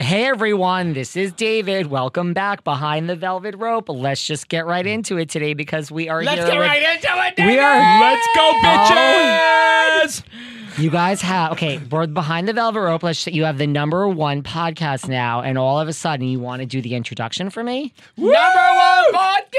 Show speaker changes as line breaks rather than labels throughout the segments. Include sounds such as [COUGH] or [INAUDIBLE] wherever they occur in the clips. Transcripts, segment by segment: Hey everyone, this is David. Welcome back behind the velvet rope. Let's just get right into it today because we are
Let's
here.
get
with-
right into it.
We
David!
are-
Let's go, bitches.
You guys have okay. We're behind the velvet rope. Let's, sh- you have the number one podcast now, and all of a sudden you want to do the introduction for me.
Number one.
Oh.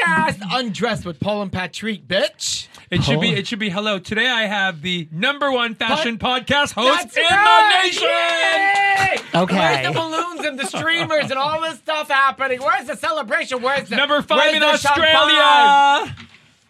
podcast undressed with Paul and Patrick, bitch.
It should be.
Hold.
It should be. Hello. Today I have the number one fashion podcast host
That's
Oh, in
right!
the nation.
Yay!
Okay.
Where's the balloons and the streamers and all this stuff happening? Where's the celebration? Where's the
Number five
where's
in
the champagne?
Australia.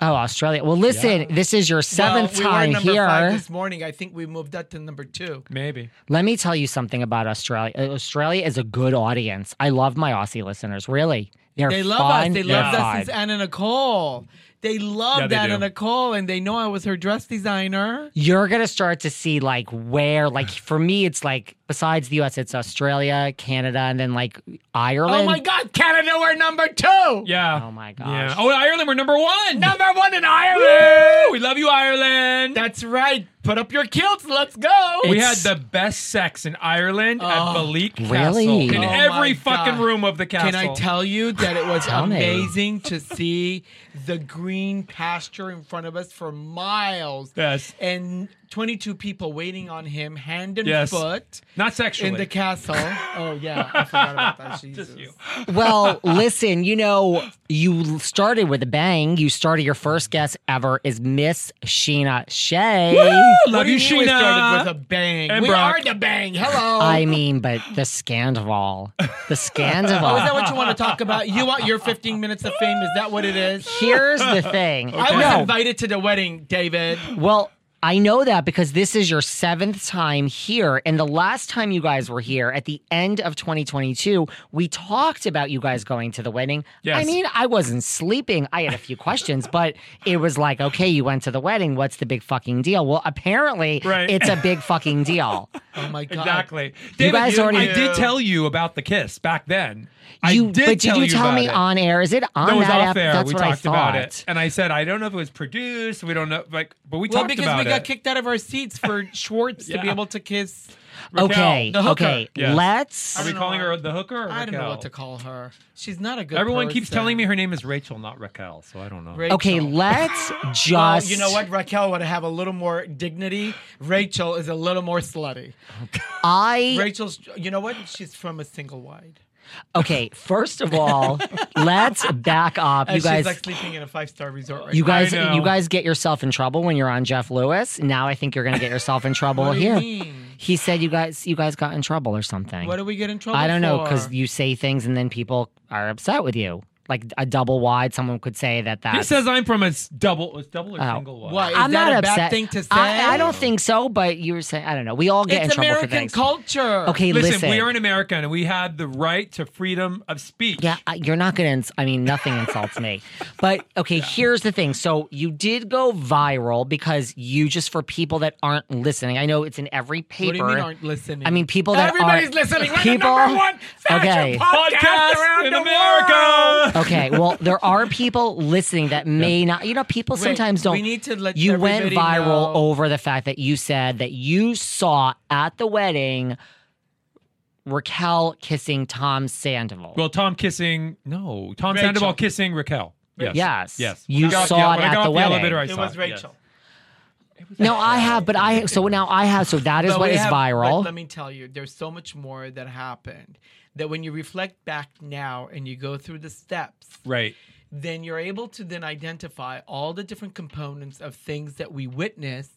Oh, Australia. Well, listen, this is your
Well,
seventh
we were
time
number
here.
five this morning. I think we moved up to number two.
Maybe.
Let me tell you something about Australia. Uh, Australia is a good audience. I love my Aussie listeners. Really, they're
They love
fun.
us. They
they're
loved us
fun.
since Anna Nicole. They loved
Yeah, they
Anna
do.
Nicole, and they know I was her dress designer.
you're gonna start to see like where like for me it's like besides the us it's australia canada and then like ireland [LAUGHS]
Oh my God, Canada, we're number two.
Yeah.
Oh my gosh.
Yeah. Oh, Ireland. We're number one.
Number one in Ireland.
Woo! We love you, Ireland.
That's right. Put up your kilts. Let's go.
we had
It's-
the best sex in Ireland at Balik Castle
Really?
in
Oh
every
Oh. my
fucking
God.
room of the castle.
Can I tell you that it was
Tell me.
amazing to see the green pasture in front of us for miles?
Yes.
And 22 people waiting on him, hand and
Yes.
foot,
Not sexually.
in the
[LAUGHS]
castle. oh, yeah. I forgot about that. Jesus.
you.
well, listen, you know, you started with a bang. You started your first guest ever is Miss Sheena Shea.
Woo!
What
Love
do
you,
you mean we started
Sheena.
with a bang.
And
we
Brock.
are the bang.
[LAUGHS]
Hello.
I mean, but the scandal. [LAUGHS] The scandal.
oh, is that what you want to talk about? You want your 15 minutes of fame? Is that what it
[LAUGHS]
is?
Here's the thing.
I was
No,
invited to the wedding, David.
Well, I know that because this is your seventh time here. And the last time you guys were here at the end of 2022, we talked about you guys going to the wedding.
Yes.
I mean, I wasn't sleeping. I had a few questions, [LAUGHS] but it was like, okay, you went to the wedding. What's the big fucking deal? Well, apparently,
Right.
it's
[LAUGHS]
a big fucking deal.
Oh, my God.
Exactly. David,
You guys already-
I did tell you about the kiss back then.
You,
I did
but did
tell
you tell
about
me
it.
on air? Is it on
No, it was
that
off
app?
air.
That's
we
what
talked
I thought.
about it, and I said I don't know if it was produced. We don't know, like, but we
Well,
talked
because
about
we
it.
got kicked out of our seats
[LAUGHS]
for Schwartz to be
Yeah.
able to kiss.
Raquel,
okay,
the hooker.
okay.
Yes.
Let's.
Are we
don't
calling
know.
her the hooker? Or
I don't know
Raquel?
what to call her. She's not a good.
Everyone keeps
person.
telling me her name is Rachel, not Raquel. So I don't know.
Rachel.
Okay, let's just.
Well, you know what? Raquel would have a little more dignity. Rachel is a little more slutty.
I
Rachel's, you know what? She's from a single wide.
Okay, first of all, let's back up.
And
You
she's
guys
like sleeping in a five star resort right
you guys
I know.
you guys get yourself in trouble when you're on Jeff Lewis. Now I think you're going to get yourself in trouble
do you
here.
mean?
He said you guys you guys got in trouble or something.
now. What do we get in trouble
I don't know
for?
cuz you say things and then people are upset with you. like a double wide, someone could say that that's.
He says I'm from a s- double, it's double or
Oh.
single wide.
What is
I'm
that
not
a
upset.
bad thing to say?
I, I don't think so, but you were saying I don't know. We all get in
it's
trouble
American
for things.
culture.
okay,
Listen,
listen,
we are in America and we have the right to freedom of speech.
Yeah, I- you're not going to. Ins- I mean, nothing insults me. But okay, here's the thing. So you did go viral because you just for people that aren't listening. I know it's in every paper.
What do you mean aren't listening?
I mean, people that
everybody's
aren't-
listening. We're
people.
the number one fashion
okay.
podcast,
Podcast
around
in
the world.
America.
Okay, well, there are people listening that may not. You know, people
Wait,
sometimes don't.
we need to let
you went
everybody
viral
know.
over the fact that you said that you saw at the wedding Raquel kissing Tom Sandoval.
Well, Tom kissing, no, Tom
Rachel.
Sandoval kissing Raquel. Yes.
Yes.
Yes.
You
I got-
saw
yeah,
it
when I
at
got
the
off
wedding.
elevator, I
It
saw
was
yes.
Rachel.
no, I have, but I so now I have. So that is
But
what
we
is
have-
viral.
But let me tell you, there's so much more that happened that when you reflect back now and you go through the steps,
Right.
then you're able to then identify all the different components of things that we witnessed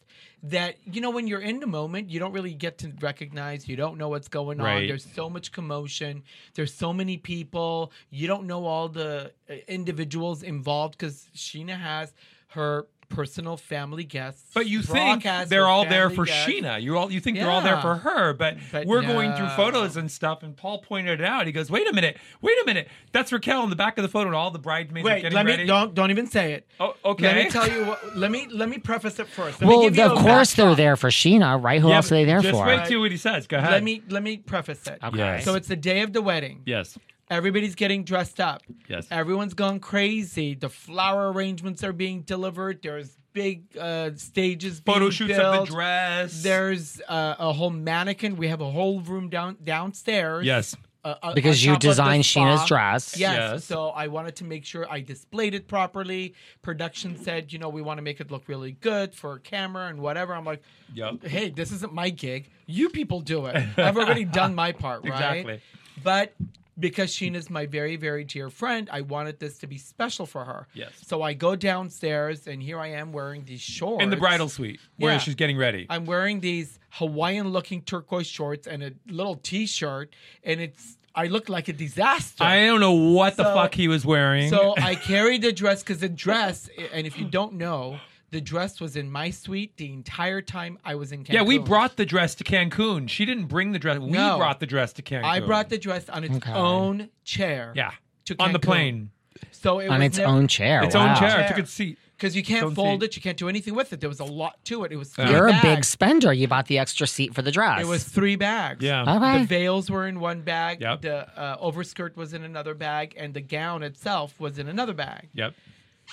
that you know when you're in the moment you don't really get to recognize you don't know what's going on
Right.
there's so much commotion there's so many people you don't know all the uh, individuals involved because sheena has her personal family guests
But you
Brock
think
has
they're
her
all there
family
for
guests.
Sheena. You all you think they're all there
Yeah.
for her, but,
But
we're going through
no.
photos and stuff. And Paul pointed it out. He goes, "Wait a minute, wait a minute. That's Raquel in the back of the photo, and all the bridesmaids are
wait
getting
let me
ready."
don't don't even say it
Oh, okay.
let me tell you what
[LAUGHS]
let me let me preface it first Let me
well,
give you
of
a
course they're
backdrop.
there for Sheena, right? Who
Yeah,
else are they there
just
for?
wait till what he says. Go ahead.
let me let me preface it
Okay.
Yes.
So it's the day of the wedding.
Yes.
Everybody's getting dressed up.
Yes.
Everyone's gone crazy. The flower arrangements are being delivered. There's big uh, stages.
Photo
being
shoots
built.
of the dress.
There's uh, a whole mannequin. We have a whole room down downstairs.
Yes.
uh, uh,
because
on
you
top of the
designed Sheena's
spa.
dress.
Yes.
Yes.
So I wanted to make sure I displayed it properly. Production said, you know, we want to make it look really good for camera and whatever. I'm like,
Yep.
hey, this isn't my gig. You people do it. I've
[LAUGHS]
already done my part, right?
Exactly.
But because Sheena's my very, very dear friend, I wanted this to be special for her.
Yes.
So I go downstairs and here I am wearing these shorts.
In the bridal suite where
Yeah.
she's getting ready.
I'm wearing these Hawaiian looking turquoise shorts and a little t shirt, and it's I look like a disaster.
I don't know what the
So-
fuck he was wearing.
So I carried the dress because the dress, and if you don't know, the dress was in my suite the entire time I was in Cancun.
yeah, we brought the dress to Cancun. She didn't bring the dress. We
No.
brought the dress to Cancun.
I brought the dress on its own chair.
yeah
To
on the
Cancun.
plane.
So it
On
was
its
never-
own chair.
Its
wow.
own chair.
Chair.
Took its seat.
because you can't
Don't
fold
see.
it. You can't do anything with it. There was a lot to it. It was three
You're a
bags.
big spender. You bought the extra seat for the dress.
It was three bags.
Yeah.
Okay.
The veils were in one bag.
Yep.
The uh, overskirt was in another bag, and the gown itself was in another bag.
Yep.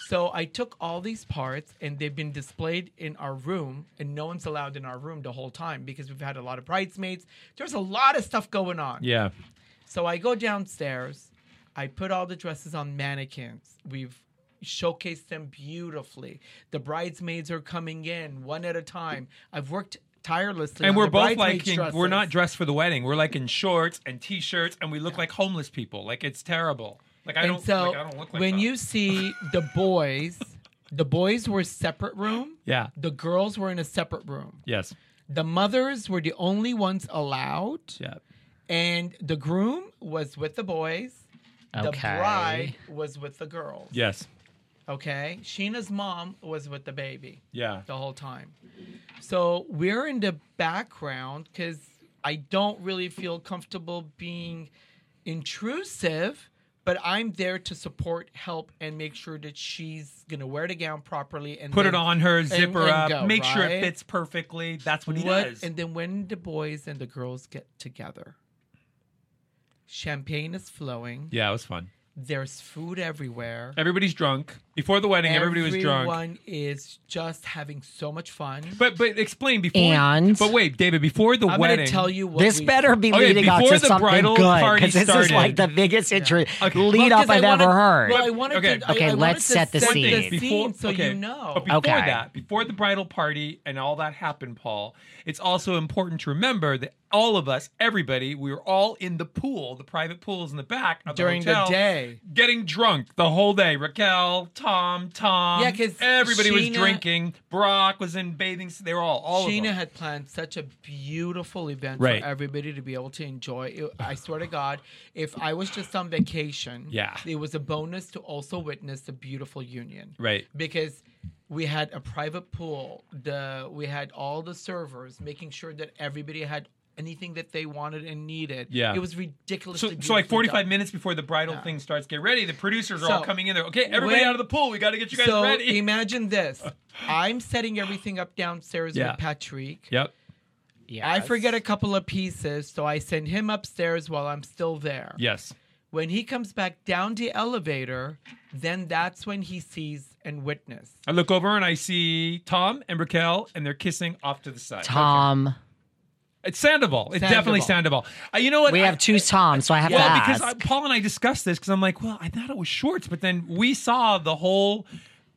So I took all these parts and they've been displayed in our room, and no one's allowed in our room the whole time because we've had a lot of bridesmaids. There's a lot of stuff going on.
Yeah.
So I go downstairs, I put all the dresses on mannequins. We've showcased them beautifully. The bridesmaids are coming in one at a time. I've worked tirelessly.
and
on
we're
the
both like
bridesmaids'
in,
dresses.
we're not dressed for the wedding. We're like in shorts and t-shirts, and we look like homeless people. Like it's terrible. Like I
and
don't.
so
like, I don't look like
when
that.
you
[LAUGHS]
see the boys, the boys were separate room.
Yeah.
The girls were in a separate room.
Yes.
The mothers were the only ones allowed,
Yeah.
and the groom was with the boys. The
Okay.
bride was with the girls.
Yes.
Okay. Sheena's mom was with the baby
Yeah.
the whole time. So we're in the background because I don't really feel comfortable being intrusive, but I'm there to support, help, and make sure that she's going to wear the gown properly and
Put it
then-
on her, zipper
and
up,
go,
make sure it
right?
fits perfectly. That's what he
What-
does.
And then when the boys and the girls get together, champagne is flowing.
yeah, it was fun.
There's food everywhere.
Everybody's drunk before the wedding. everybody was drunk.
Everyone is just having so much fun.
But but explain before.
And-
but wait, David, before the
I'm
wedding.
gonna tell you what
This
we-
better be
Okay,
leading up
before
to
the
something
bridal
good
party
because this is
started-
like the biggest intro
Okay.
lead
Well,
up
'cause I
I've ever
wanted-
heard.
Well, I wanted
Okay.
to, I-
Okay,
I wanted
let's
to
set the
set
scene.
the scene
before,
so
okay,
you know.
But before
Okay.
that, before the bridal party and all that happened, Paul, it's also important to remember that all of us, everybody, we were all in the pool, the private pools in the back of
During
the
the
hotel,
day.
getting drunk the whole day. Raquel, Tom, Tom.
Yeah, 'cause
everybody was
Sheena-
drinking. Brock was in bathing. suit. They were all all of
Sheena
them.
had planned such a beautiful event
Right.
for everybody to be able to enjoy. It, I swear to God, if I was just on vacation,
Yeah.
it was a bonus to also witness the beautiful union.
Right.
Because we had a private pool. The we had all the servers making sure that everybody had anything that they wanted and needed.
Yeah.
it was ridiculous.
So, so like 45 minutes before the bridal thing starts, get ready. The producers are all
So,
coming in there. Okay, everybody
when-
out of the pool. We got to get you guys
so
ready.
imagine this. I'm setting everything up downstairs
Yeah.
with Patrick.
[LAUGHS] yep.
I forget a couple of pieces, so I send him upstairs while I'm still there.
Yes.
When he comes back down the elevator, then that's when he sees and witness.
I look over and I see Tom and Raquel, and they're kissing off to the side.
Tom.
It's Sandoval. It's definitely Sandoval. Uh, you know what?
We
I-
have two Toms, so I have to
Well,
ask.
because I, Paul and I discussed this because I'm like, well, I thought it was Schwartz, but then we saw the whole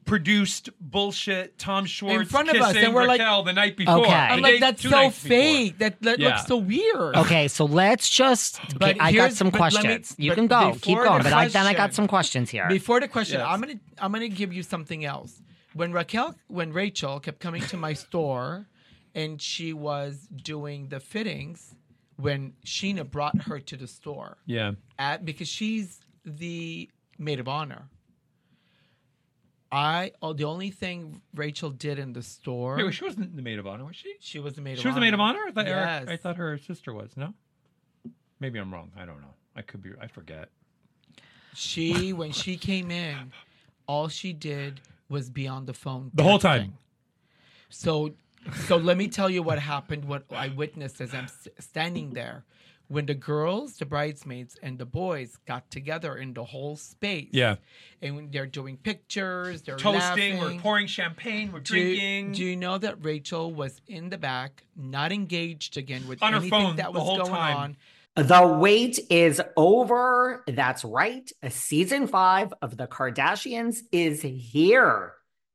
produced bullshit Tom Schwartz
front of us,
kissing
and we're like-
Raquel the night before.
Okay.
I'm
The
like,
Day-
that's
two
so
nights before.
fake. That, that
Yeah.
looks so weird.
okay, so let's just.
But
okay, I got
here's-
some
but let me-
questions. you
but
can go, keep
before
going.
the
But I, then I got
question-
some questions here.
Before the question,
Yes.
I'm gonna I'm gonna give you something else. When Raquel, when Rachel kept coming to my store, and she was doing the fittings, when Sheena brought her to the store,
Yeah.
at because she's the maid of honor. I oh, the only thing Rachel did in the store.
Wait, well, she wasn't the maid of honor, was she?
she was the maid.
She
of
was
honor.
the maid of honor. I thought, Eric-
Yes.
I thought her sister was. No, maybe I'm wrong. I don't know. I could be. I forget.
She when she came in, all she did was be on the phone
The whole
texting.
time.
So, so let me tell you what happened. What I witnessed as I'm s- standing there, when the girls, the bridesmaids, and the boys got together in the whole space.
Yeah.
and when they're doing pictures, they're
Toasting.
laughing.
We're pouring champagne. We're
Do you-
drinking.
Do you know that Rachel was in the back, not engaged again with
On her
anything
phone
that
the
was
whole
going
time.
on?
The wait is over. That's right. Season five of The Kardashians is here.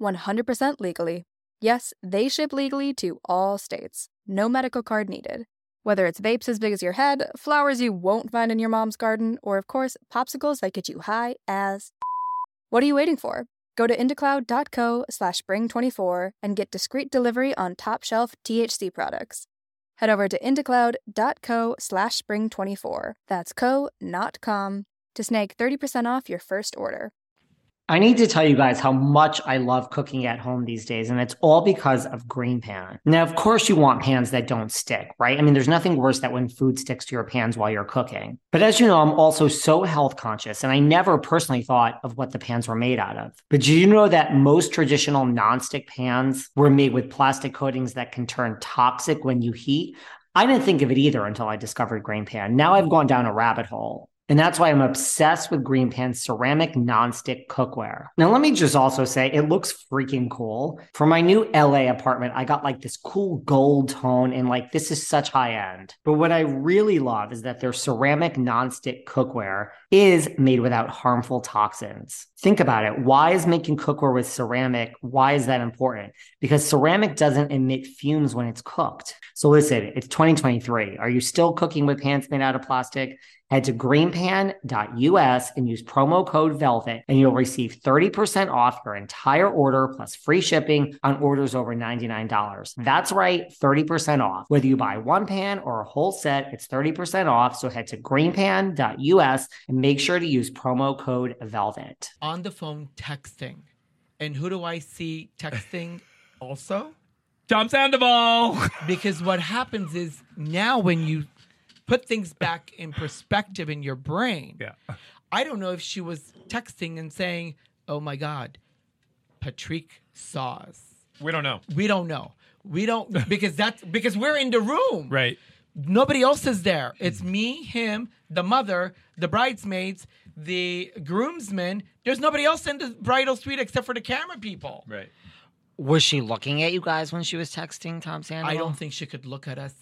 100% legally. Yes, they ship legally to all states, no medical card needed. Whether it's vapes as big as your head, flowers you won't find in your mom's garden, or of course, popsicles that get you high as. [LAUGHS] What are you waiting for? Go to indacloud.co slash spring24 and get discreet delivery on top shelf THC products. Head over to indacloud.co slash spring24. That's co, not com, to snag 30% off your first order.
I need to tell you guys how much I love cooking at home these days, and it's all because of Green Pan. Now, of course, you want pans that don't stick, right? I mean, there's nothing worse than when food sticks to your pans while you're cooking. But as you know, I'm also so health conscious, and I never personally thought of what the pans were made out of. But do you know that most traditional nonstick pans were made with plastic coatings that can turn toxic when you heat? I didn't think of it either until I discovered Green Pan. Now I've gone down a rabbit hole. And that's why I'm obsessed with Green Pan's ceramic nonstick cookware. Now, let me just also say it looks freaking cool. For my new LA apartment, I got like this cool gold tone, and like this is such high end. But what I really love is that their ceramic nonstick cookware is made without harmful toxins. Think about it. Why is making cookware with ceramic? Why is that important? Because ceramic doesn't emit fumes when it's cooked. So listen, it's 2023. Are you still cooking with pans made out of plastic? Head to greenpan.us and use promo code VELVET, and you'll receive 30% off your entire order plus free shipping on orders over $99. That's right, 30% off. Whether you buy one pan or a whole set, it's 30% off. So head to greenpan.us and make sure to use promo code VELVET.
[SIGHS]
on the phone texting. And who do I see texting also
Tom Sandoval. [LAUGHS]
because what happens is now when you put things back in perspective in your brain,
yeah.
I don't know if she was texting and saying, "Oh my God, Patrick saw us."
We don't know.
We don't know. We don't because that's because we're in the room.
Right.
Nobody else is there.
Hmm.
It's me, him, the mother, the bridesmaids, the groomsmen. There's nobody else in the bridal suite except for the camera people.
Right.
Was she looking at you guys when she was texting Tom Sandoval?
I don't think she could look at us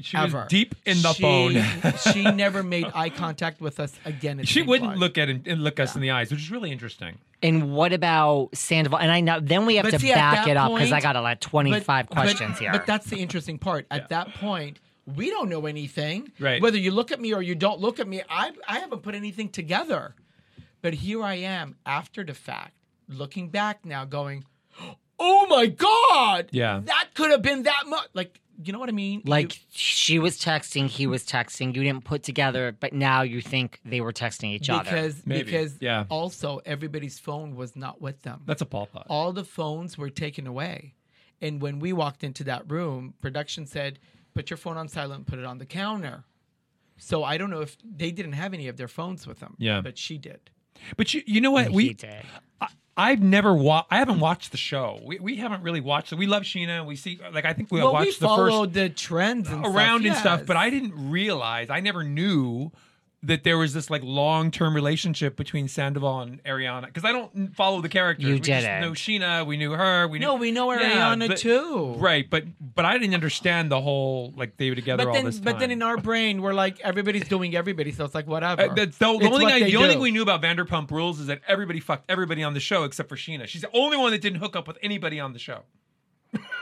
She
ever.
was deep in the
She-
phone.
[LAUGHS]
[LAUGHS]
she never made eye contact with us again. At
she
St.
wouldn't
Claude.
look at and, and look us in the eyes, which is really interesting.
And what about Sandoval? And I know then we have
But
to
see, at
back
that
it up because I
point-
got like
But-
25
but-
questions here.
But that's the interesting part. At that point, we don't know anything.
Right.
Whether you look at me or you don't look at me, I I haven't put anything together. But here I am after the fact, looking back now, going, "Oh my god!
Yeah.
that could have been that much." Like, you know what I mean?
like
You-
she was texting, he was texting. You didn't put together, but now you think they were texting each other.
because
Maybe.
because
Yeah.
also everybody's phone was not with them.
That's a Paul thought.
all the phones were taken away. And when we walked into that room, production said, put your phone on silent, put it on the counter. So I don't know if they didn't have any of their phones with them.
Yeah.
But she did.
But you, you know what? We
he did.
I, I've never wa- I haven't watched the show. We, we haven't really watched it. We love Sheena. We see like I think we
well, we
watched the first
followed the trends and
around
stuff.
and stuff, but
yes.
I didn't realize, I never knew that there was this like long term relationship between Sandoval and Ariana because I don't n- follow the characters.
You
we just
didn't.
know Sheena, we knew her, we knew
No, we know
Yeah,
Ariana
but-
too.
Right, but but I didn't understand the whole like they were together
But
all
then,
this time.
but then in our brain, we're like, everybody's doing everybody. So it's like, whatever.
Uh, that's the, the
It's
only
what
thing I,
they
the only
do.
thing we knew about Vanderpump Rules is that everybody fucked everybody on the show except for Sheena. She's the only one that didn't hook up with anybody on the show.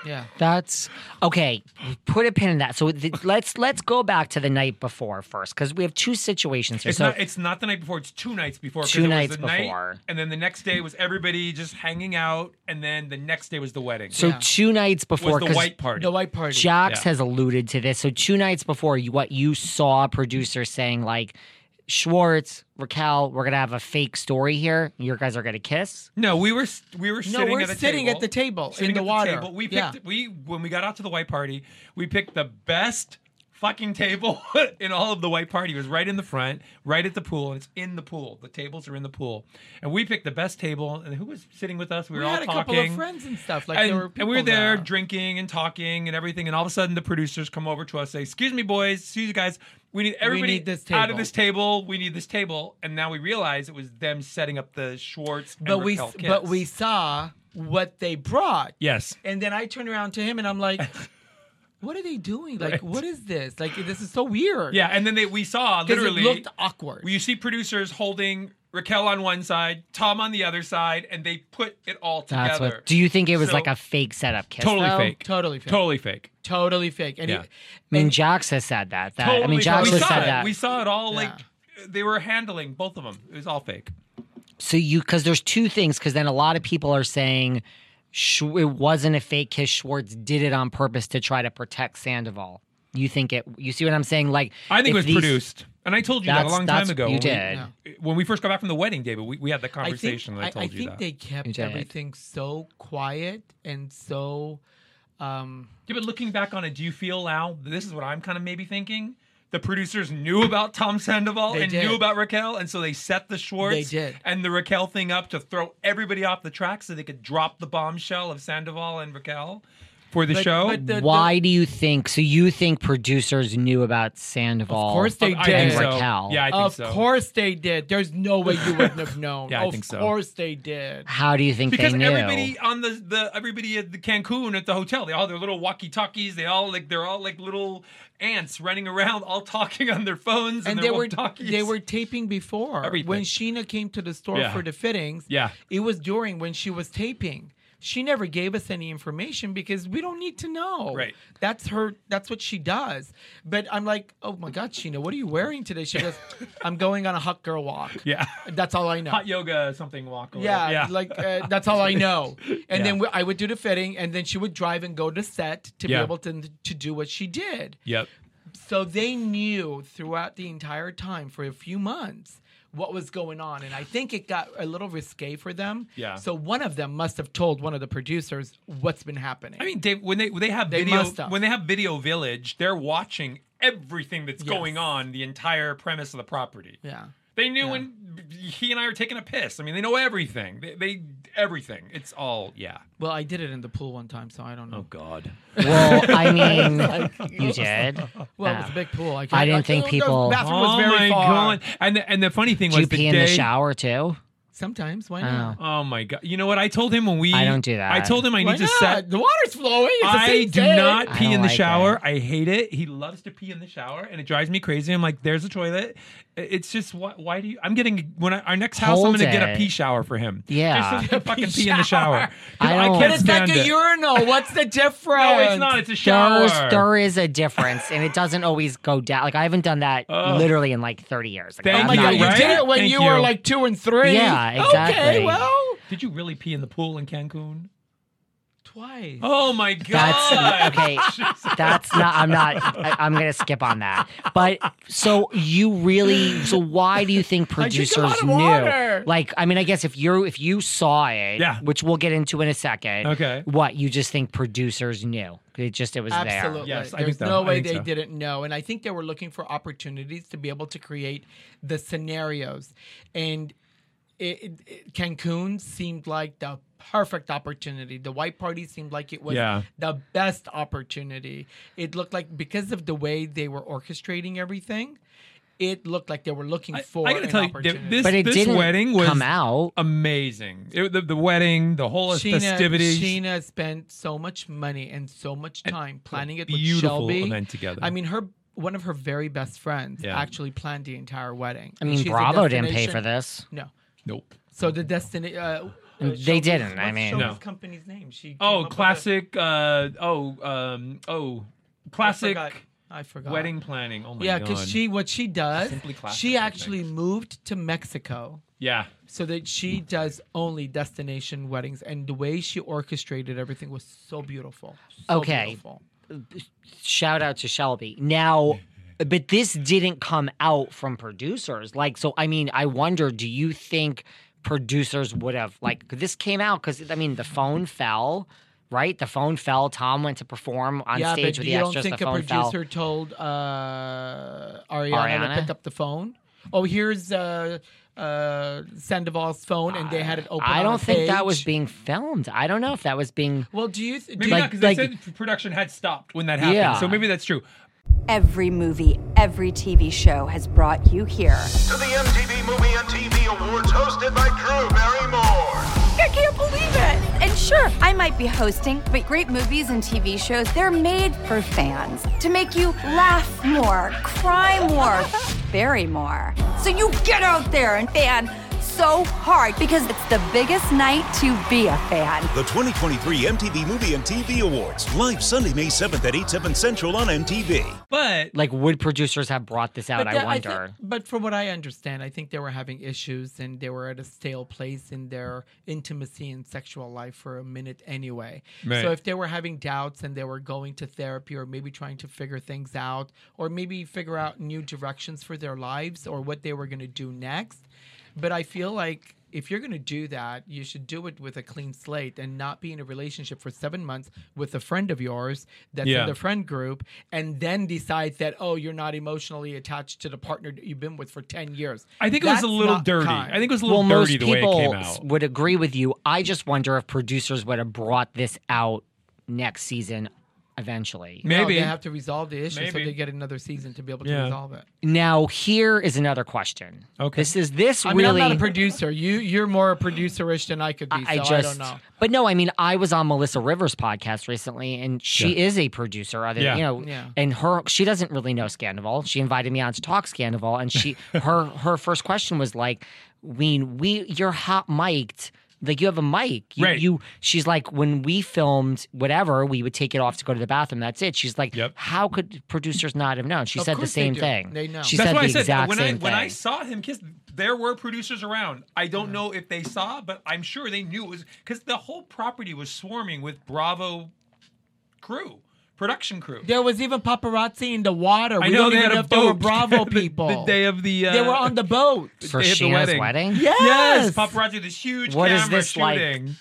Yeah.
That's okay. Put a pin in that. So the, let's let's go back to the night before first because we have two situations here.
It's
so
not. It's not the night before. It's two nights before. 'cause
Two
it was
nights
the night,
before.
and then the next day was everybody just hanging out, and then the next day was the wedding.
so two nights before
was the
'cause
white party.
The white party.
Jax
Yeah.
has alluded to this. So two nights before, you, what you saw a producer saying like, Schwartz, Raquel, we're gonna have a fake story here. You guys are gonna kiss.
no, we were s- we were
No,
sitting
we're
at the
sitting
table,
at the table,
sitting
in the
at
water.
table. We picked
Yeah.
we when we got out to the white party, we picked the best fucking table [LAUGHS] in all of the white party. It was right in the front, right at the pool, and it's in the pool. The tables are in the pool, and we picked the best table. And who was sitting with us? We
We
were all
had a
talking.
couple of friends and stuff. Like,
and,
there were
and
people
we were
there.
there, drinking and talking and everything. And all of a sudden, the producers come over to us, say, "Excuse me, boys, excuse you guys. We need everybody
need this
out of
table."
this table. We need this table." And now we realize it was them setting up the Schwartz. and
but we
Raquel kiss.
but we saw what they brought.
yes,
And then I turned around to him and I'm
[LAUGHS]
like, what are they doing? Like,
Right.
what is this? Like, this is so weird.
yeah. And then they we saw
because it
literally
looked awkward.
you see producers holding Raquel on one side, Tom on the other side, and they put it all together.
That's what. Do you think it was
So-
like a fake setup kiss?
totally
though?
fake?
totally fake.
Totally fake.
Totally fake. And
Yeah.
I
he-
mean, Jax has said that. that I mean,
Totally fake.
Jax
we
has
saw
said
it.
that.
We saw it all like
Yeah.
they were handling both of them. It was all fake.
So you, because there's two things. Because then a lot of people are saying Sh- it wasn't a fake kiss. Schwartz did it on purpose to try to protect Sandoval. You think it? You see what I'm saying? Like
I think
if
it was
these-
produced. And I told you that a
That's-
long
that's-
time ago.
you
when we-
did.
Yeah.
when we first got back from the wedding, David, we, we had that
I think,
conversation. and I,
I,
told
I
you
think
that.
they
You
kept
did.
everything so quiet and so. Um,
yeah, but looking back on it, do you feel now? This is what I'm kind of maybe thinking. The producers knew about Tom [LAUGHS] Sandoval
They
and
did.
knew about Raquel, and so they set the Schwartz
They did.
and the Raquel thing up to throw everybody off the track, so they could drop the bombshell of Sandoval and Raquel for the
But-
show.
but the-
Why do you think? So you think producers knew about Sandoval?
Of course they
Oh,
did.
I
And
think so.
Raquel.
Yeah, I think
of
so.
course they did. There's no way you wouldn't have known.
[LAUGHS] Yeah, I
of
think so.
course they did.
How do you think
because
they knew?
everybody [LAUGHS] on the, the everybody at the Cancun at the hotel, they all their little walkie talkies. They all like they're all like little ants running around, all [LAUGHS] talking on their phones and,
and
their
they were
walkie-talkies.
they were taping before
Everything.
when Sheena came to the store
Yeah.
for the fittings.
Yeah.
it was during when she was taping. She never gave us any information because we don't need to know.
Right.
That's her. That's what she does. But I'm like, oh my God, Sheena, what are you wearing today? She
[LAUGHS]
goes, I'm going on a hot girl walk.
[LAUGHS] yeah,
That's all I know.
hot yoga something walk. Or
yeah,
whatever. yeah,
like uh, that's all I know. And
Yeah.
then we, I would do the fitting, and then she would drive and go to set to
Yeah.
be able to to do what she did.
yep.
So they knew throughout the entire time for a few months what was going on. And I think it got a little risque for them.
Yeah.
So one of them must have told one of the producers what's been happening.
I mean, Dave, when they when they have
They
video
must have.
when they have Video Village, they're watching everything that's
Yes.
going on, the entire premise of the property.
yeah.
They knew when he and I are taking a piss. I mean, they know everything. They, they everything. It's all yeah.
Well, I did it in the pool one time, so I don't know.
God.
Well,
[LAUGHS]
I mean, [LAUGHS] you did.
Well, it
Ah.
was a big pool. I,
I didn't think
the
people-
bathroom
Oh
was very
my
far.
god! And the, and the funny thing
Do
was
you pee in
day,
the shower too?
Sometimes, why not?
Oh my god! You know what? I told him when we
I don't do that.
I told him I
Why
need
not?
to set
The water's flowing. [LAUGHS] It's the
I
same
do
thing.
not
I
pee
don't
in the
like
shower. I hate it. He loves to pee in the shower, and it drives me crazy. I'm like, there's a toilet. It's just why, why do you? I'm getting when I, our next house, I'm
Hold
going to get a
it.
pee shower for him.
Yeah.
just so he can fucking pee in the
shower.
shower. 'Cause
I
I,
don't-
But
can't
it's like
stand
a
it.
urinal. [LAUGHS] What's the difference?
No, it's not. It's a shower.
There's, there is a difference, and it doesn't always go down. Like I haven't done that
Ugh.
literally in like 30 years. Like,
Thank
Oh
I'm
my
you,
not-
god, you
right?
did it when
Thank
you were
you.
like two and three.
Yeah,
Okay,
exactly.
well,
Did you really pee in the pool in Cancun?
twice.
Oh my
That's
god!
[LAUGHS] okay. That's not. I'm not. I, I'm gonna skip on that. But so you really. So why do you think
I drink a
producers
lot of water.
knew? Like, I mean, I guess if you if you saw it,
Yeah.
which we'll get into in a second.
Okay.
What you just think producers knew? It just it was
Absolutely.
Yes, I think
There's no
so. I
way
think
they
so.
didn't know. And I think they were looking for opportunities to be able to create the scenarios. And it, it- it- Cancun seemed like the perfect opportunity. The white party seemed like it was
Yeah.
the best opportunity. It looked like because of the way they were orchestrating everything, it looked like they were looking
I,
for
I gotta
an
tell you,
opportunity.
th- this
But it
this
didn't
wedding was
come out.
amazing. It, the, the wedding, the whole festivities.
Sheena spent so much money and so much time planning it with
beautiful
Shelby.
event together.
I mean, her one of her very best friends
Yeah.
actually planned the entire wedding.
I
And
mean,
she's a
Bravo didn't pay
destination-
for this.
No.
nope.
So the destiny. Uh,
They
Shelby's-
didn't, I
what's
mean-
Shelby's
No.
company's name. She. came up
Oh,
with a-
classic. Uh, oh, um, oh,
I
classic
forgot- I forgot.
wedding planning. Oh my
Yeah,
god.
because she what she does,
Simply classic,
she
I
actually
think.
moved to Mexico.
Yeah.
so that
Hmm.
she does only destination weddings and the way she orchestrated everything was so beautiful so
Okay.
beautiful.
shout out to Shelby.
[LAUGHS]
Now, but this didn't come out from producers. Like, so I mean, I wonder, do you think producers would have like 'cause this came out because I mean the phone fell, right? The phone fell. Tom went to perform on
yeah
stage
but
with
you
the extras.
don't think
the
a
phone fell.
producer told uh ariana,
Ariana?
to pick up the phone oh here's uh uh sandoval's phone and they had it open
I
on
don't
a
think that was
page.
being filmed. I don't know if that was being.
well do you th- do
Maybe
you-
not because
like-
they said production had stopped when that happened.
Yeah.
So maybe that's true.
Every movie, every TV show has brought you here.
to the MTV Movie and TV Awards hosted by Drew Barrymore.
I can't believe it! And sure, I might be hosting, but great movies and TV shows, they're made for fans to make you laugh more, cry [LAUGHS] more, bury more. So you get out there and fan so hard because it's the biggest night to be a fan.
The 2023 MTV Movie and TV Awards, live Sunday, May 7th at 8, 7 Central on MTV.
But
Like, would producers have brought this out? I
that-
wonder.
think- but from what I understand, I think they were having issues and they were at a stale place in their intimacy and sexual life for a minute anyway.
Right.
So if they were having doubts and they were going to therapy or maybe trying to figure things out or maybe figure out new directions for their lives or what they were going to do next. But I feel like if you're going to do that, you should do it with a clean slate and not be in a relationship for seven months with a friend of yours that's
Yeah.
in the friend group and then decides that, oh, you're not emotionally attached to the partner that you've been with for 10 years.
I think it was
That's
a little
not
dirty.
kind.
I think it was a
well,
little
most
dirty the way it came
people s-
out.
would agree with you. I just wonder if producers would have brought this out next season, eventually.
No,
Maybe.
they have to resolve the issue so
Maybe.
they get another season to be able to
Yeah.
resolve it.
Now here is another question.
Okay.
This is this
I mean,
really.
I'm not a producer. You, you're more a producerish than I could be, so I,
I just,
don't know.
but no, I mean, I was on Melissa Rivers' podcast recently, and she is a producer. Other,
Yeah.
you know,
Yeah.
and her, she doesn't really know Scandival. She invited me on to talk Scandival, and
[LAUGHS]
she, her, her first question was like, "Ween, we, you're hot mic'd." Like you have a mic, you,
Right.
you. She's like, when we filmed whatever, we would take it off to go to the bathroom. That's it. She's like,
Yep.
how could producers not have known? She
Of
said the
course they
same
do.
thing.
They know.
She
that's
said
why
the
I said
exact
when I
same thing.
when I saw him kiss, there were producers around. I don't know if they saw, but I'm sure they knew it was because the whole property was swarming with Bravo crew. production crew.
There was even paparazzi in the water. We
I know
don't
they
even
had
know
a
if they were
boat. [LAUGHS]
Bravo
the- the
people.
day of the,
they
uh,
were on the boat.
for
They hit the
Sheena's
wedding.
wedding.
Yes.
Yes, paparazzi, this huge
What is
camera
this, like-
shooting.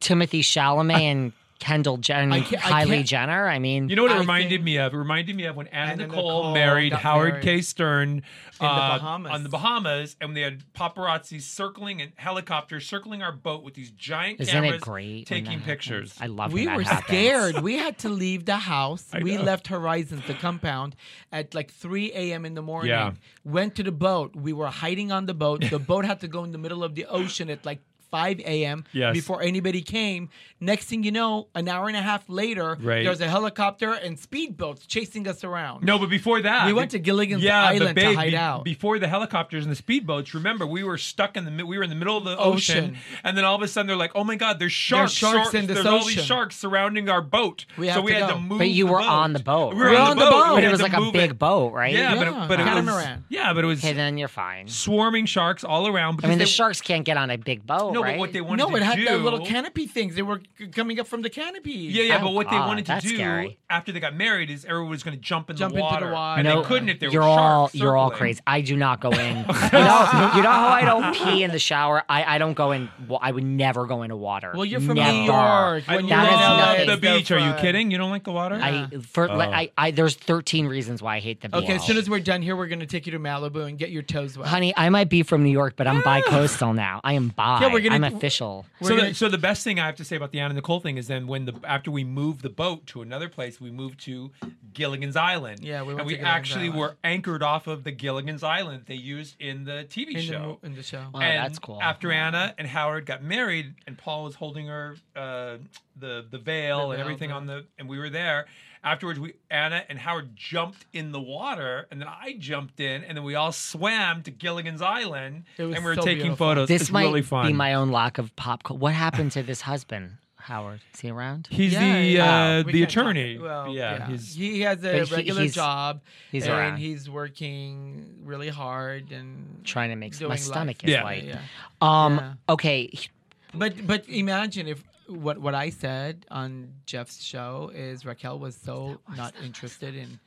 Timothy Chalamet and Kendall Jenner,
I
and
can't- I
Kylie
can't-
Jenner. I mean,
You know what it
I
reminded
think-
me of? It reminded me of when Anna,
Anna
Nicole,
Nicole
married
got
Howard
married.
K. Stern
the
uh,
Bahamas.
on the Bahamas, and they had paparazzi circling and helicopters circling our boat with these giant
isn't
cameras
it great? when that
taking
happens?
pictures.
I love.
we
when that
were
happens.
scared. We had
[LAUGHS]
to leave the house.
I
We
know.
left Horizons, the compound, at like 3 a.m. in the morning.
Yeah.
Went to the boat. We were hiding on the boat. The boat had to go in the middle of the ocean at like 5 a.m.
Yes.
before anybody came. Next thing you know, an hour and a half later,
Right.
there's a helicopter and speedboats chasing us around.
No, but before that,
We went to Gilligan's
yeah, but
Island to
babe,
hide
be-
out.
Before the helicopters and the speedboats, remember we were stuck in the mi- we were in the middle of the ocean,
Ocean.
and then all of a sudden they're like, oh my god, there's sharks,
sharks in this
there's all these
ocean."
sharks surrounding our boat.
We
so
have
we
to
had
go.
to move.
But you
the
were on the boat.
We
right?
were on the boat.
But
We
it
had
was
to
like a
move
big
it.
boat, right?
Yeah, but
Yeah,
it, but it
catamaran.
was yeah, but it was
Okay, then you're fine.
swarming sharks all around.
I
Because
mean, the
they-
sharks can't get on a big boat,
No,
right?
but what they wanted
No,
to
it had
do,
the little canopy things. They were c- coming up from the canopy.
Yeah, yeah,
Oh,
but what they
God,
wanted to
that's
do
scary.
after they got married is everyone was going to jump in
Jump
the
into the
water,
water.
and
No,
they couldn't if there
you're
were
all
sharks.
you're all
circling.
crazy. I do not go
[LAUGHS]
in. you know, you know how I don't pee in the shower. I, I don't go in. Well, I would never go into water.
Well, you're from
never.
New York.
I
When
That is
love
nothing.
the Oh. beach. Are you
Different.
kidding? You don't like the water?
I, for, like, I, I there's 13 reasons why I hate the beach.
Okay, as soon as we're done here, we're gonna take you to Malibu and get your toes wet.
honey, I might be from New York, but I'm bi-coastal now. I am bi.
Ah. Yeah, we're gonna-
I'm official.
We're
so,
gonna-
the, so the best thing I have to say about the Anna Nicole thing is then when the after we moved the boat to another place, we moved to Gilligan's Island.
Yeah, we went
and
to
we
Gilligan's
actually
Island.
were anchored off of the Gilligan's Island they used in the TV
in the,
show.
mo- in the show.
Wow,
and
that's cool.
After Anna and Howard got married, and Paul was holding her uh, the the veil
veil,
and everything
yeah.
on the, and we were there. Afterwards, we Anna and Howard jumped in the water, and then I jumped in, and then we all swam to Gilligan's Island,
It was
and we were
so
taking
beautiful.
photos.
this
it's
might
really fun.
be my own lack of pop. culture. what happened to this husband, Howard? Is he around?
He's
Yeah,
the
yeah.
uh,
We
the
can't talk-
attorney.
well,
yeah, he's
he has a
But he-
regular
he's-
job.
he's
and
around.
he's working really hard and
Trying to make
doing
my
life.
stomach is
Yeah.
light.
Yeah.
Um.
Yeah.
Okay. he-
But but imagine if what what I said on Jeff's show is Raquel was so not interested in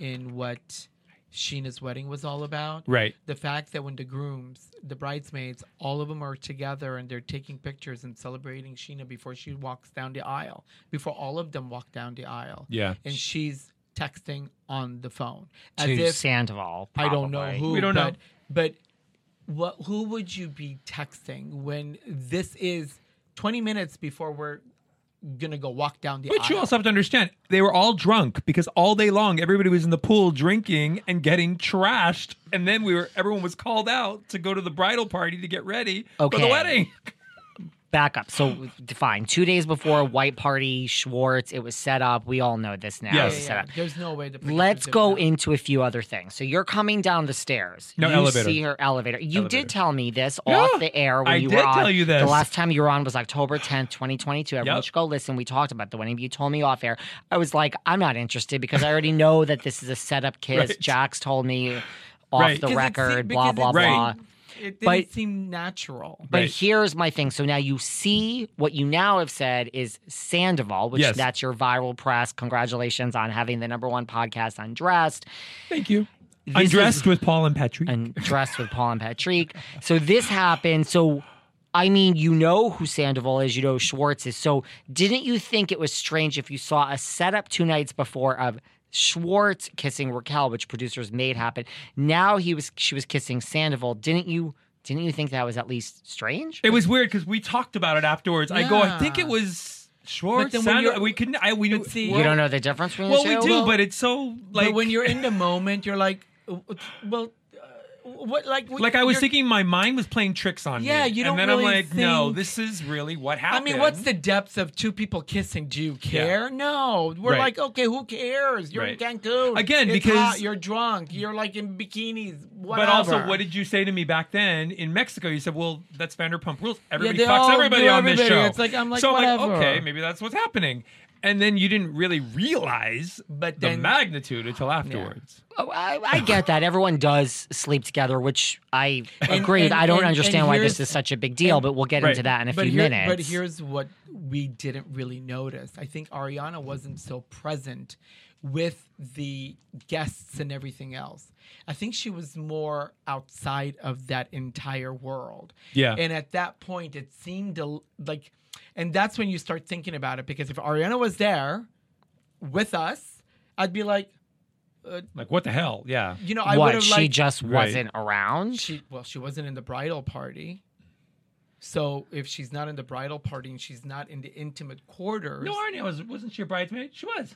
in what Sheena's wedding was all about.
Right.
The fact that when the grooms, the bridesmaids, all of them are together and they're taking pictures and celebrating Sheena before she walks down the aisle, before all of them walk down the aisle.
Yeah.
And she's texting on the phone as
To
if
uh, Sandoval.
I don't know
probably.
who.
We don't know.
But, but what? Who would you be texting when this is twenty minutes before we're gonna go walk down the?
But you
aisle?
also have to understand they were all drunk because all day long everybody was in the pool drinking and getting trashed, and then we were everyone was called out to go to the bridal party to get ready for the
Okay.
wedding. [LAUGHS]
back up. So fine. Two days before white party, Schwartz. It was set up. We all know this now.
Yes.
It was
Yeah,
set
yeah,
up.
there's no way to. predict
Let's
it
go
now.
into a few other things. So you're coming down the stairs.
No,
you
elevator.
See her elevator. You
Elevator.
did tell me this
Yeah,
off the air when
I
you
did
were on.
tell you this.
The last time you were on was October 10th, 2022. Everyone
Yep.
should go listen. We talked about the wedding. but You told me off air. I was like, I'm not interested because I already know that this is a
[LAUGHS]
setup kiss.
Right.
Jax told me off
Right.
the
Because it se-
record. blah
because
blah
it
blah.
seemed- It didn't
But-
seem natural.
But
Right.
here's my thing. So now you see what you now have said is Sandoval, which
Yes.
that's your viral press. Congratulations on having the number one podcast Undressed
Thank you.
This
I'm
is-
dressed with Paul and
[LAUGHS]
Petri.
and Dressed with Paul and Patrick. So this happened. So I mean, you know who Sandoval is, you know who Schwartz is. So didn't you think it was strange if you saw a setup two nights before of Schwartz kissing Raquel, which producers made happen. Now he was she was kissing Sandoval. Didn't you didn't you think that was at least strange?
it was weird because we talked about it afterwards. I go, I
Yeah.
think it was
But
Schwartz.
then when
Sandra-
you're-
we couldn't. I we
But see,
You don't know the difference between
Well,
the
we
two?
do, but it's so like
but when you're in the moment, you're like, uh, well, uh, what? Like, what-
like I was
you're-
thinking my mind was playing tricks on
Yeah,
me.
you don't
And then I'm
really
like, no,
think-
this is really what
I
happened.
mean, what's the depth of two people kissing? Do you care? No. We're
Right.
like, okay, who cares? You're
Right.
in Cancun.
Again,
It's
because-
hot, you're drunk. You're like in bikinis. Whatever.
But also, what did you say to me back then in Mexico? You said, "Well, that's Vanderpump Rules. Everybody
they
fucks
all
everybody
do
on this
everybody.
show."
It's like, I'm like,
so
whatever.
okay, maybe that's what's happening. and then you didn't really realize
But
the
then-
magnitude until afterwards.
Oh, I, I get that. Everyone does sleep together, which I
And-
agree. with.
and-
I don't
and-
understand
and
why this
here's-
is such a big deal,
and-
but we'll get
Right.
into that in a
but
few
here-
minutes.
But here's what we didn't really notice. I think Ariana wasn't so present with the guests and everything else. I think she was more outside of that entire world.
Yeah.
And at that point, it seemed a, like, and that's when you start thinking about it because if Ariana was there with us, I'd be like,
Like what the hell? Yeah.
you know, I would
what?
have
She
like
just
Right.
wasn't around?
she well, she wasn't in the bridal party. So if she's not in the bridal party and she's not in the intimate quarters,
No, Arnie was wasn't she a bridesmaid? She was.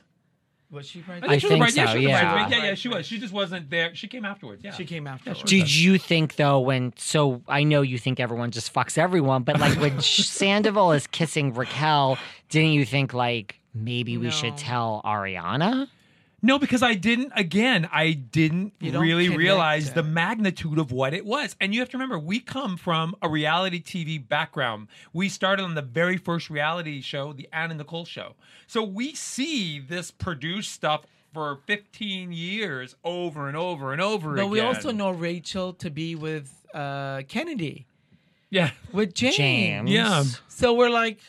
was she
I
bridesmaid?
think, she was a
think
bride-
so,
Yeah, she was a
yeah.
bridesmaid. Yeah, yeah, she was. She just wasn't there. She came afterwards. Yeah.
She came after.
Did you think though when so I know you think everyone just fucks everyone, but like
[LAUGHS]
when Sh- Sandoval is kissing Raquel, didn't you think like maybe we should
No.
tell Ariana?
No, because I didn't. Again, I didn't
You don't
really
connect
realize
it.
the magnitude of what it was. And you have to remember, we come from a reality TV background. We started on the very first reality show, the Anna Nicole Show. So we see this produced stuff for 15 years over and over and over
But
again.
we also know Rachel to be with uh, Kennedy
Yeah.
with James.
James.
Yeah.
So we're like,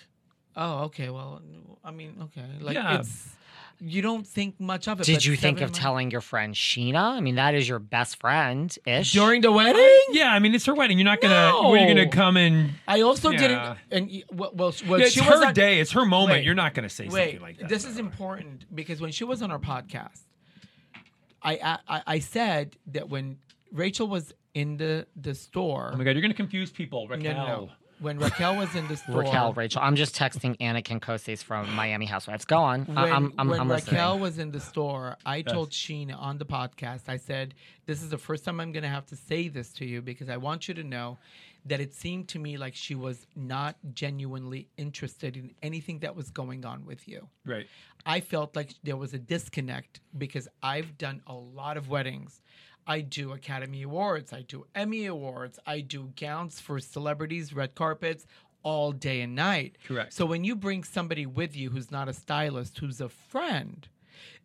oh, okay. Well, I mean, okay. Like
Yeah.
it's you don't think much of it.
Did
but
you think
seven
of
months-
telling your friend Sheena? I mean, that is your best friend ish.
during the wedding?
Yeah, I mean, it's her wedding. You're not going to,
No.
what are you going to come and,
I also
Yeah.
didn't. And y- well, well, well
Yeah, it's
she was
her
on-
day. It's her moment.
Wait.
You're not going to say
Wait,
something like that.
this is important because when she was on our podcast, I I, I- I said that when Rachel was in the the store,
Oh my God, you're going to confuse people,
no,
Raquel.
no, no. when Raquel was in the store,
[LAUGHS] Raquel, Rachel. I'm just texting Anakin Koses from Miami Housewives. Go on.
When,
I- I'm, I'm,
when
I'm listening.
Raquel was in the store, I told Sheena on the podcast, I said, This is the first time I'm going to have to say this to you because I want you to know that it seemed to me like she was not genuinely interested in anything that was going on with you.
Right.
I felt like there was a disconnect because I've done a lot of weddings. I do Academy Awards, I do Emmy Awards, I do gowns for celebrities, red carpets, all day and night.
Correct.
So when you bring somebody with you who's not a stylist, who's a friend,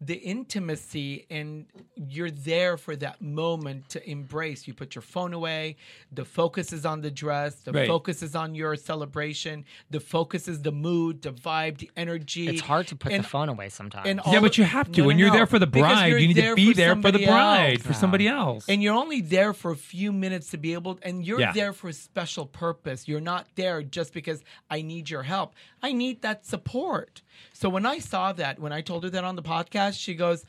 the intimacy and you're there for that moment to embrace. You put your phone away, the focus is on the dress, the
Right.
focus is on your celebration, the focus is the mood, the vibe, the energy.
It's hard to put
And
the phone away sometimes.
and
yeah,
all
but
the-
you have to.
No,
when
no,
you're
no.
there for the
Because
bride,
you're
you need to be there for the
somebody
bride,
else.
for somebody else.
And you're only there for a few minutes to be able, and you're
Yeah.
there for a special purpose. You're not there just because I need your help. I need that support. So when I saw that, when I told her that on the podcast, she goes,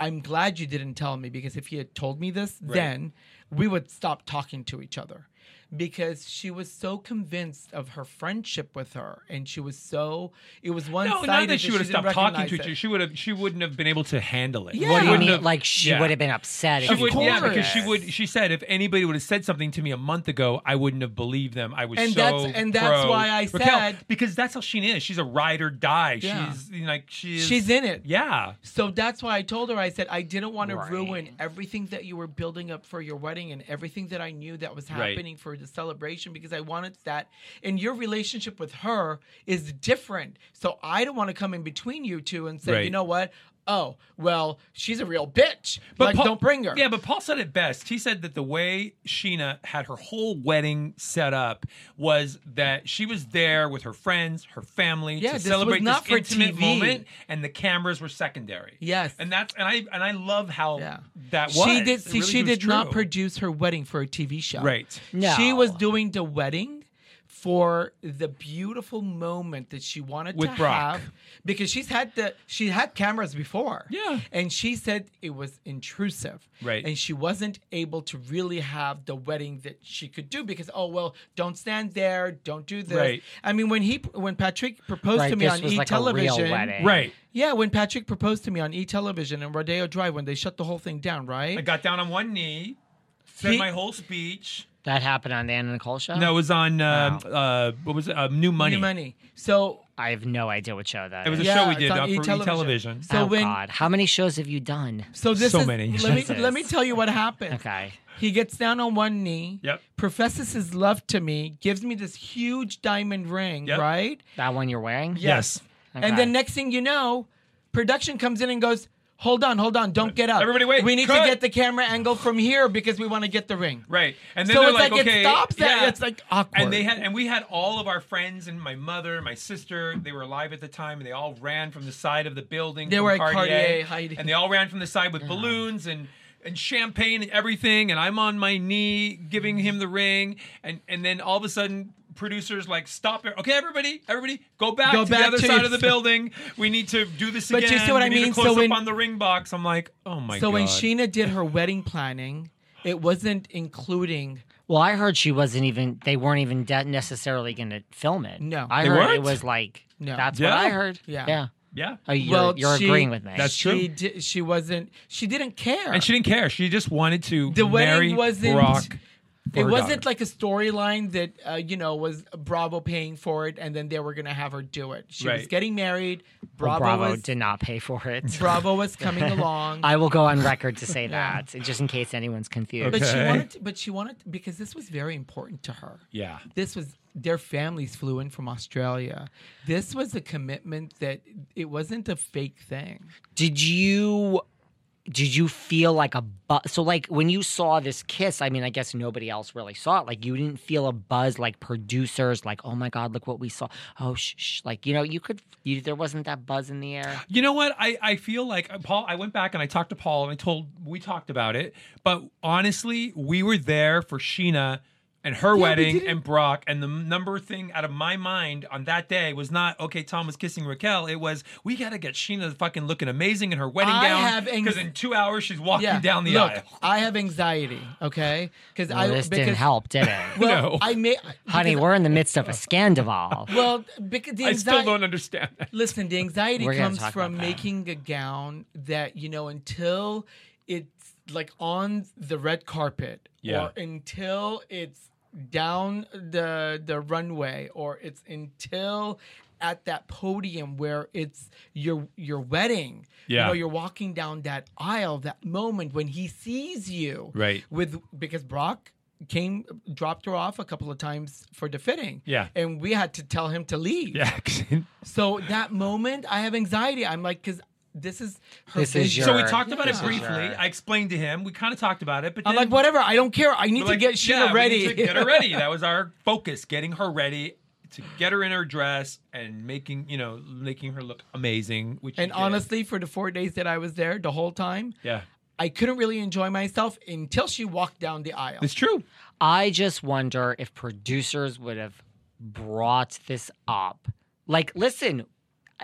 I'm glad you didn't tell me because if you had told me this, then we would stop talking to each other because she was so convinced of her friendship with her and she was so it was one
no, not that she would have stopped talking to you. She would have. She wouldn't have been able to handle it.
Yeah.
what do you
wouldn't
mean?
have-
like she
yeah.
would have been upset. if
She
you
would,
told
yeah,
her
because she
this.
would. She said, if anybody would have said something to me a month ago, I wouldn't have believed them. I was
And
so
that's- and that's
pro
why I
Raquel,
said-
because that's how she is. She's a ride or die.
Yeah.
She's you know, like she's
She's in it.
Yeah,
So that's why I told her, I said, I didn't want
Right.
to ruin everything that you were building up for your wedding and everything that I knew that was
Right.
happening for the celebration because I wanted that. And your relationship with her is different. So I don't want to come in between you two and say, you
Right.
know what? Oh, well, she's a real bitch.
But
But like,
Paul-
don't bring her.
Yeah, but Paul said it best. He said that the way Sheena had her whole wedding set up was that she was there with her friends, her family
Yeah,
to
this was
celebrate
not
this
for
intimate
TV.
moment, and the cameras were secondary.
Yes.
and that's and I and I love how
Yeah.
that was.
She did
It
see
really
she
was
did not
true.
produce her wedding for a TV show.
Right.
She was
No.
doing the wedding for the beautiful moment that she wanted
With
to
Brock.
have because she's had the she had cameras before.
Yeah.
And she said it was intrusive.
Right.
And she wasn't able to really have the wedding that she could do because oh well, don't stand there, don't do this.
Right.
I mean when he when Patrick proposed
Right,
to me
this
on
was
e
like a real
television
wedding.
Right.
yeah, when Patrick proposed to me on E Television and Rodeo Drive, when they shut the whole thing down, right?
I got down on one knee, said
He-
my whole speech.
That happened on the Anna Nicole show.
No, it was on uh, uh, what was it? Uh, New Money.
Um, New money. So
I have no idea what show that
It was a
is.
Yeah,
show we
it's
did
on
uh, for
E-Television.
E Television.
so
oh
when
God, how many shows have you done?
so this
So
is
many.
let me
Jesus.
let me tell you what happened.
Okay.
He gets down on one knee.
Yep.
Professes his love to me, gives me this huge diamond ring,
Yep.
right?
That one you're wearing?
Yes.
Okay.
And then next thing you know, production comes in and goes, "Hold on, hold on, don't get up.
Everybody wait,
We need
cut."
to get the camera angle from here because we want to get the ring."
Right. And then
So
they're
it's
like,
like, it
okay,
stops that.
yeah.
It's, like, awkward.
And they had and we had all of our friends and my mother, my sister, they were alive at the time and they all ran from the side of the building.
They
from
were at
Cartier,
Cartier Uh-huh. hiding.
And they all ran from the side with balloons and and champagne and everything and I'm on my knee giving him the ring and and then all of a sudden producers like stop it. Okay, everybody, everybody, go back
Go
to the
back
other
to
side
your-
of
[LAUGHS]
the building. We need to do this
But you
again.
see what
we
I
need to
mean? So
Close up
when-
on the ring box. I'm like, oh my
so
god.
when Sheena did her wedding planning, it wasn't including
Well, I heard she wasn't even. They weren't even de- necessarily going to film it.
No.
I
They
heard it
weren't?
was like.
No.
That's
Yeah.
what I heard.
Yeah.
Yeah.
Yeah.
Oh, you're,
well,
you're
she-
agreeing with me.
That's
she
true.
Di- she wasn't. She didn't care.
And she didn't care. She just wanted to
The wedding
marry
wasn't-
Brock. for
it
her
wasn't
daughter.
like a storyline that uh, you know was Bravo paying for it, and then they were gonna have her do it. She was
Right.
getting married.
Well,
Bravo,
Bravo,
was
did not pay for
[LAUGHS]
it.
Bravo was
[LAUGHS]
coming along.
I will go on record to say that, just in case anyone's confused.
But she
Okay.
wanted, to, but she wanted to- because this was very important to her.
Yeah.
This was their families flew in from Australia. This was a commitment that it wasn't a fake thing.
Did you did you feel like a buzz? So like when you saw this kiss, I mean, I guess nobody else really saw it. Like you didn't feel a buzz like producers, like oh my god, look what we saw. Oh shh, shh. like you know, you could you, there wasn't that buzz in the air.
You know what? I, I feel like uh, Paul. I went back and I talked to Paul and I told we talked about it. But honestly, we were there for Sheena and her wedding and Brock. And the number thing out of my mind on that day was not okay. Tom was kissing Raquel. It was we got to get Sheena fucking looking amazing in her wedding
I
gown
have anx-
because in two hours she's walking
Yeah,
down the
look,
aisle.
I have anxiety. Okay, because I
Well, this didn't
because-
help, did
[LAUGHS]
it?
Well,
No.
I may,
Honey, we're in the midst of a scandal.
well because the
I still
anxi-
don't understand that.
Listen, the anxiety
We're gonna
comes
talk
from
about that.
making a gown that, you know, until it's like on the red carpet
Yeah.
or until it's down the the runway or it's until at that podium where it's your your wedding. You
Yeah.
know, you're walking down that aisle, that moment when he sees you.
Right.
With because Brock came dropped her off a couple of times for the fitting.
Yeah.
And we had to tell him to leave.
[LAUGHS] [LAUGHS] Yeah.
So that moment, I have anxiety. I'm like, because this is her
This is
vision.
So we
Sure.
talked about it
Yeah.
briefly. I explained to him. We kind of talked about it, but
I'm
then
like, whatever. I don't care. I need
We're
to get Sheena
yeah, we
ready.
need to get
[LAUGHS]
her ready. That was our focus: getting her ready to get her in her dress and making you know making her look amazing. Which she
and
did.
honestly, for the four days that I was there, the whole time,
yeah,
I couldn't really enjoy myself until she walked down the aisle.
it's true.
I just wonder if producers would have brought this up. Like, listen,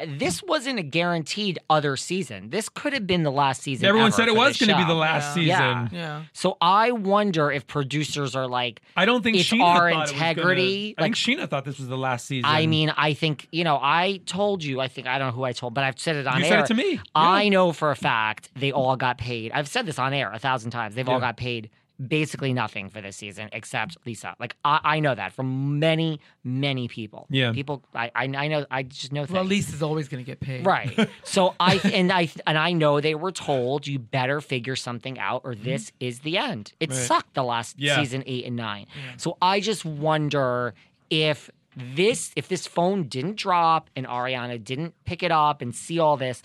this wasn't a guaranteed other season. This could have been the last season.
Everyone
ever
said it
for
was
this
going to be
show.
the last season.
Yeah.
yeah.
So I wonder if producers are like,
I don't think
It's
Sheena
our
thought it was gonna-
integrity,
I think Sheena thought this was the last season.
I mean, I think you know. I told you. I think I don't know who I told, but I've said it on
You
air.
said it to me.
I know for a fact they all got paid. I've said this on air a thousand times. They've all got paid basically nothing for this season except Lisa. Like I, I know that from many, many people.
Yeah.
people. I, I, I know. I just know.
Well,
things.
Lisa's always going to get paid. [LAUGHS]
Right. So I and I and I know they were told you better figure something out or
Mm-hmm.
this is the end. It sucked the last
Yeah.
season 8 and 9. So I just wonder if this if this phone didn't drop and Ariana didn't pick it up and see all this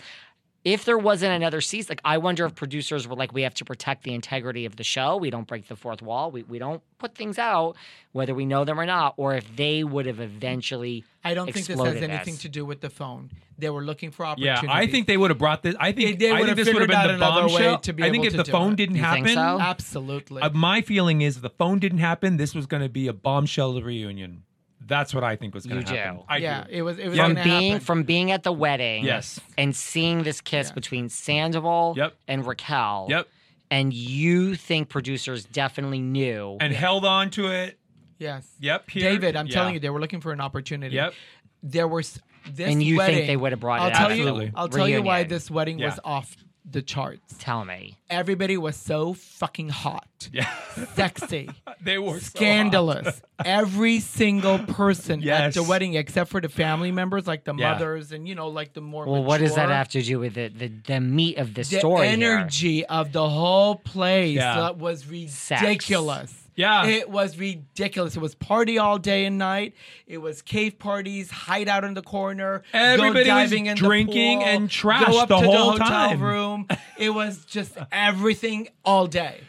if there wasn't another season, like I wonder if producers were like, we have to protect the integrity of the show. We don't break the fourth wall. We, we don't put things out, whether we know them or not, or if they would have eventually.
I don't think this has
exploded
anything
as.
to do with the phone. They were looking for
Yeah,
opportunity.
I think they would have brought this. I think,
They- they
I
would
think
have
this would have
figured out
been the
another way
bombshell.
to be
I think
able
if
to
the
do
phone
it.
didn't
You
happen,
think so?
Absolutely.
Uh, my feeling is if the phone didn't happen, this was going to be a bombshell reunion. That's what I think was going
You
to happen.
do.
I
yeah,
do.
it was, it was going
From
from
to
being
happen.
from being at the wedding
Yes.
and seeing this kiss between Sandoval
Yep.
and Raquel.
Yep.
And you think producers definitely knew.
And held on to it.
yes.
Yep. Here.
David, I'm
Yeah.
telling you, they were looking for an opportunity.
Yep. [LAUGHS]
there were s- this
And you think
wedding,
they would have brought it
I'll
out
tell
at
you,
the
I'll tell you why
reunion.
this wedding
Yeah.
was off the charts.
tell me.
Everybody was so fucking hot,
Yeah.
sexy,
[LAUGHS] They were so
scandalous.
[LAUGHS]
Every single person
Yes.
at the wedding, except for the family members, like the
Yeah.
mothers and you know, like the more.
Well, what does that
mature-
have to do with the the, the meat of this
The
story? here?
energy of the whole place
Yeah.
that was
Sex.
ridiculous.
Yeah.
It was ridiculous. It was party all day and night. It was cave parties, hide out in the corner,
Everybody was
go diving in the
drinking
pool,
and trash
go up
the
to
whole
the hotel
time. [LAUGHS]
room. It was just everything all day.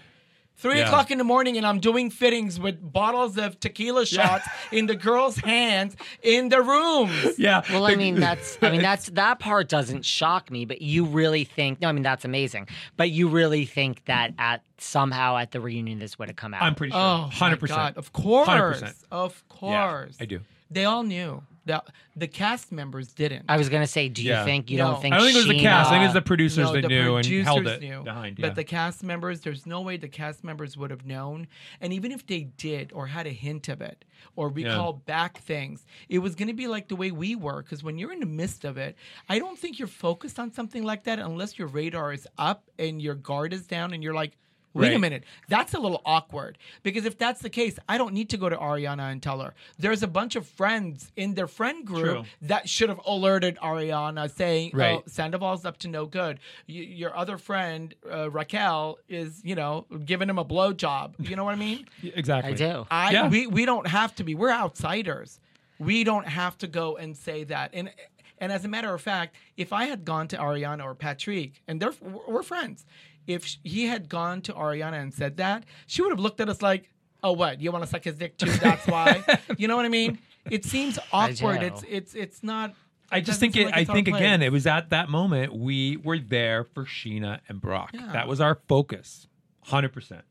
Three
Yeah.
o'clock in the morning, and I'm doing fittings with bottles of tequila shots in the girls' hands in the rooms.
Yeah.
Well, I
the- [LAUGHS]
mean, that's I mean that's that part doesn't shock me, but you really think no, I mean that's amazing. But you really think that at somehow at the reunion this would have come out.
I'm pretty sure.
Oh, 100%.
100%.
Of course.
100%.
Of
Yeah,
course.
I do.
They all knew. The, the cast members didn't.
I was gonna say, do you
Yeah.
think you
No.
don't think
I don't think it was the cast. I think it was
Sheena-
the producers
uh, No,
that
the
knew and held
producers
it
knew,
behind. Yeah.
But the cast members, there's no way the cast members would have known. And even if they did or had a hint of it or recall back things, it was going to be like the way we were. Because when you're in the midst of it, I don't think you're focused on something like that unless your radar is up and your guard is down and you're like, Wait a
Right.
minute. That's a little awkward because if that's the case, I don't need to go to Ariana and tell her. There's a bunch of friends in their friend group
True.
that should have alerted Ariana saying,
Right.
oh, Sandoval's up to no good. Y- your other friend, uh, Raquel, is, you know, giving him a blowjob. You know what I
[LAUGHS]
mean?
exactly.
I do.
I
Yeah.
we, we don't have to be. We're outsiders. We don't have to go and say that. And and as a matter of fact, if I had gone to Ariana or Patrick, and they're we're friends, if sh- he had gone to Ariana and said that, she would have looked at us like, "Oh, what? You want to suck his dick too? That's
[LAUGHS]
why." you know what I mean? It seems awkward.
do.
It's it's it's not.
I
it doesn't
just think
seem
it.
like
I
it's our
think
place.
again, it was at that moment we were there for Sheena and Brock. That was our focus, hundred percent.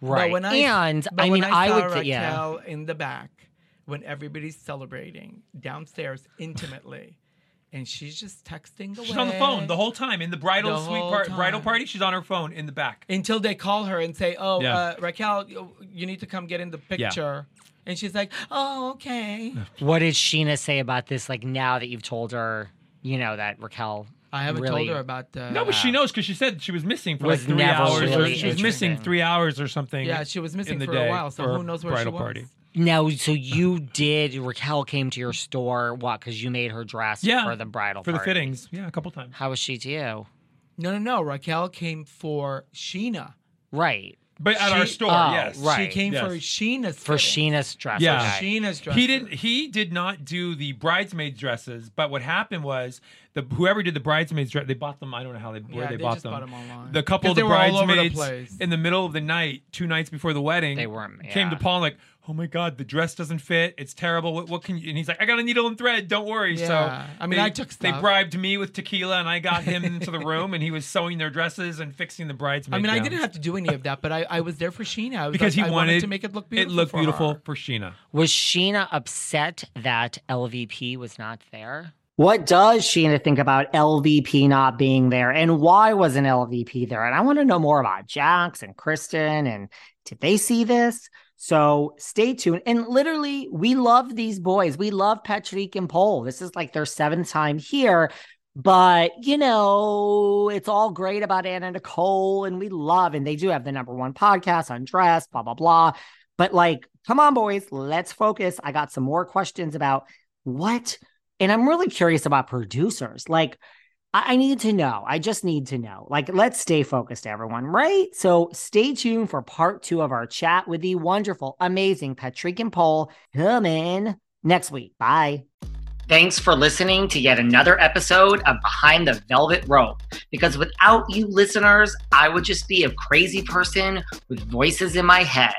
Right.
But when I,
and
but
I
when
mean I,
saw
would
Raquel
th- yeah.
in the back when everybody's celebrating downstairs intimately, and she's just texting away.
She's on the phone the whole time in the bridal
The
suite
whole
part, bridal
time.
party. She's on her phone in the back.
until they call her and say, "Oh,
Yeah.
uh, Raquel, you- you need to come get in the picture." And she's like, "Oh, okay."
What did Sheena say about this? Like now that you've told her, you know that Raquel.
I haven't
really,
told her about the.
No, but she knows because she said she was missing for
Uh, Was
like three
never
hours.
really
or she was missing
interested.
three hours or something.
Yeah, she was missing
in the
for
day
a while, so
for
who knows where
bridal
she was?
party.
Now, so
[LAUGHS]
you did. Raquel came to your store. What? Because you made her dress
Yeah,
for the bridal
for the
party.
fittings. Yeah, a couple times.
How was she to you?
No, no, no. Raquel came for Sheena.
Right.
But at our
She-
store,
oh,
yes,
right.
She came for
Yes.
Sheena's.
For
fitting.
Sheena's dress.
Yeah.
okay.
Sheena's dress.
He didn't. He did not do the bridesmaid dresses. But what happened was the whoever did the bridesmaids dress, they bought them. I don't know how they where
Yeah,
they,
they
bought,
just
them.
bought 'em online.
The couple
'Cause
of
they
the
were all over the
bridesmaids
place.
in the middle of the night, two nights before the wedding,
They weren't-
came to
yeah.
Paul and like, oh my god, the dress doesn't fit. It's terrible. What, what can you? And he's like, I got a needle and thread. Don't worry.
Yeah.
So
I mean,
they-
I took
They
stuff.
bribed me with tequila, and I got
[LAUGHS]
him into the room, and he was sewing their dresses and fixing the bridesmaids.
I mean, I didn't have to do any of that, but I, I was there for Sheena. I was
because
like,
he
I
wanted,
to make it look beautiful.
It looked
for
beautiful
her.
for Sheena.
Was Sheena upset that LVP was not there?
What
Does Sheena think about LVP not being there? And why wasn't LVP there? And I want to know more about Jax and Kristen. And
did they see this? So stay tuned. And literally, we love these boys. We love Patrick and Paul. This is like their seventh time here. But, you know, it's all great about Anna Nicole, and we love, and they do have the number one podcast on dress, blah, blah, blah. But, like, come on, boys, let's focus. I got some more questions about what, and I'm really curious about producers. Like, I, I need to know. I just need to know. Like, let's stay focused, everyone, right? So stay tuned for part two of our chat with the wonderful, amazing Patrick and Paul coming next week. Bye.
thanks for listening to yet another episode of Behind the Velvet Rope. Because without you listeners, I would just be a crazy person with voices in my head.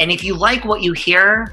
And if you like what you hear,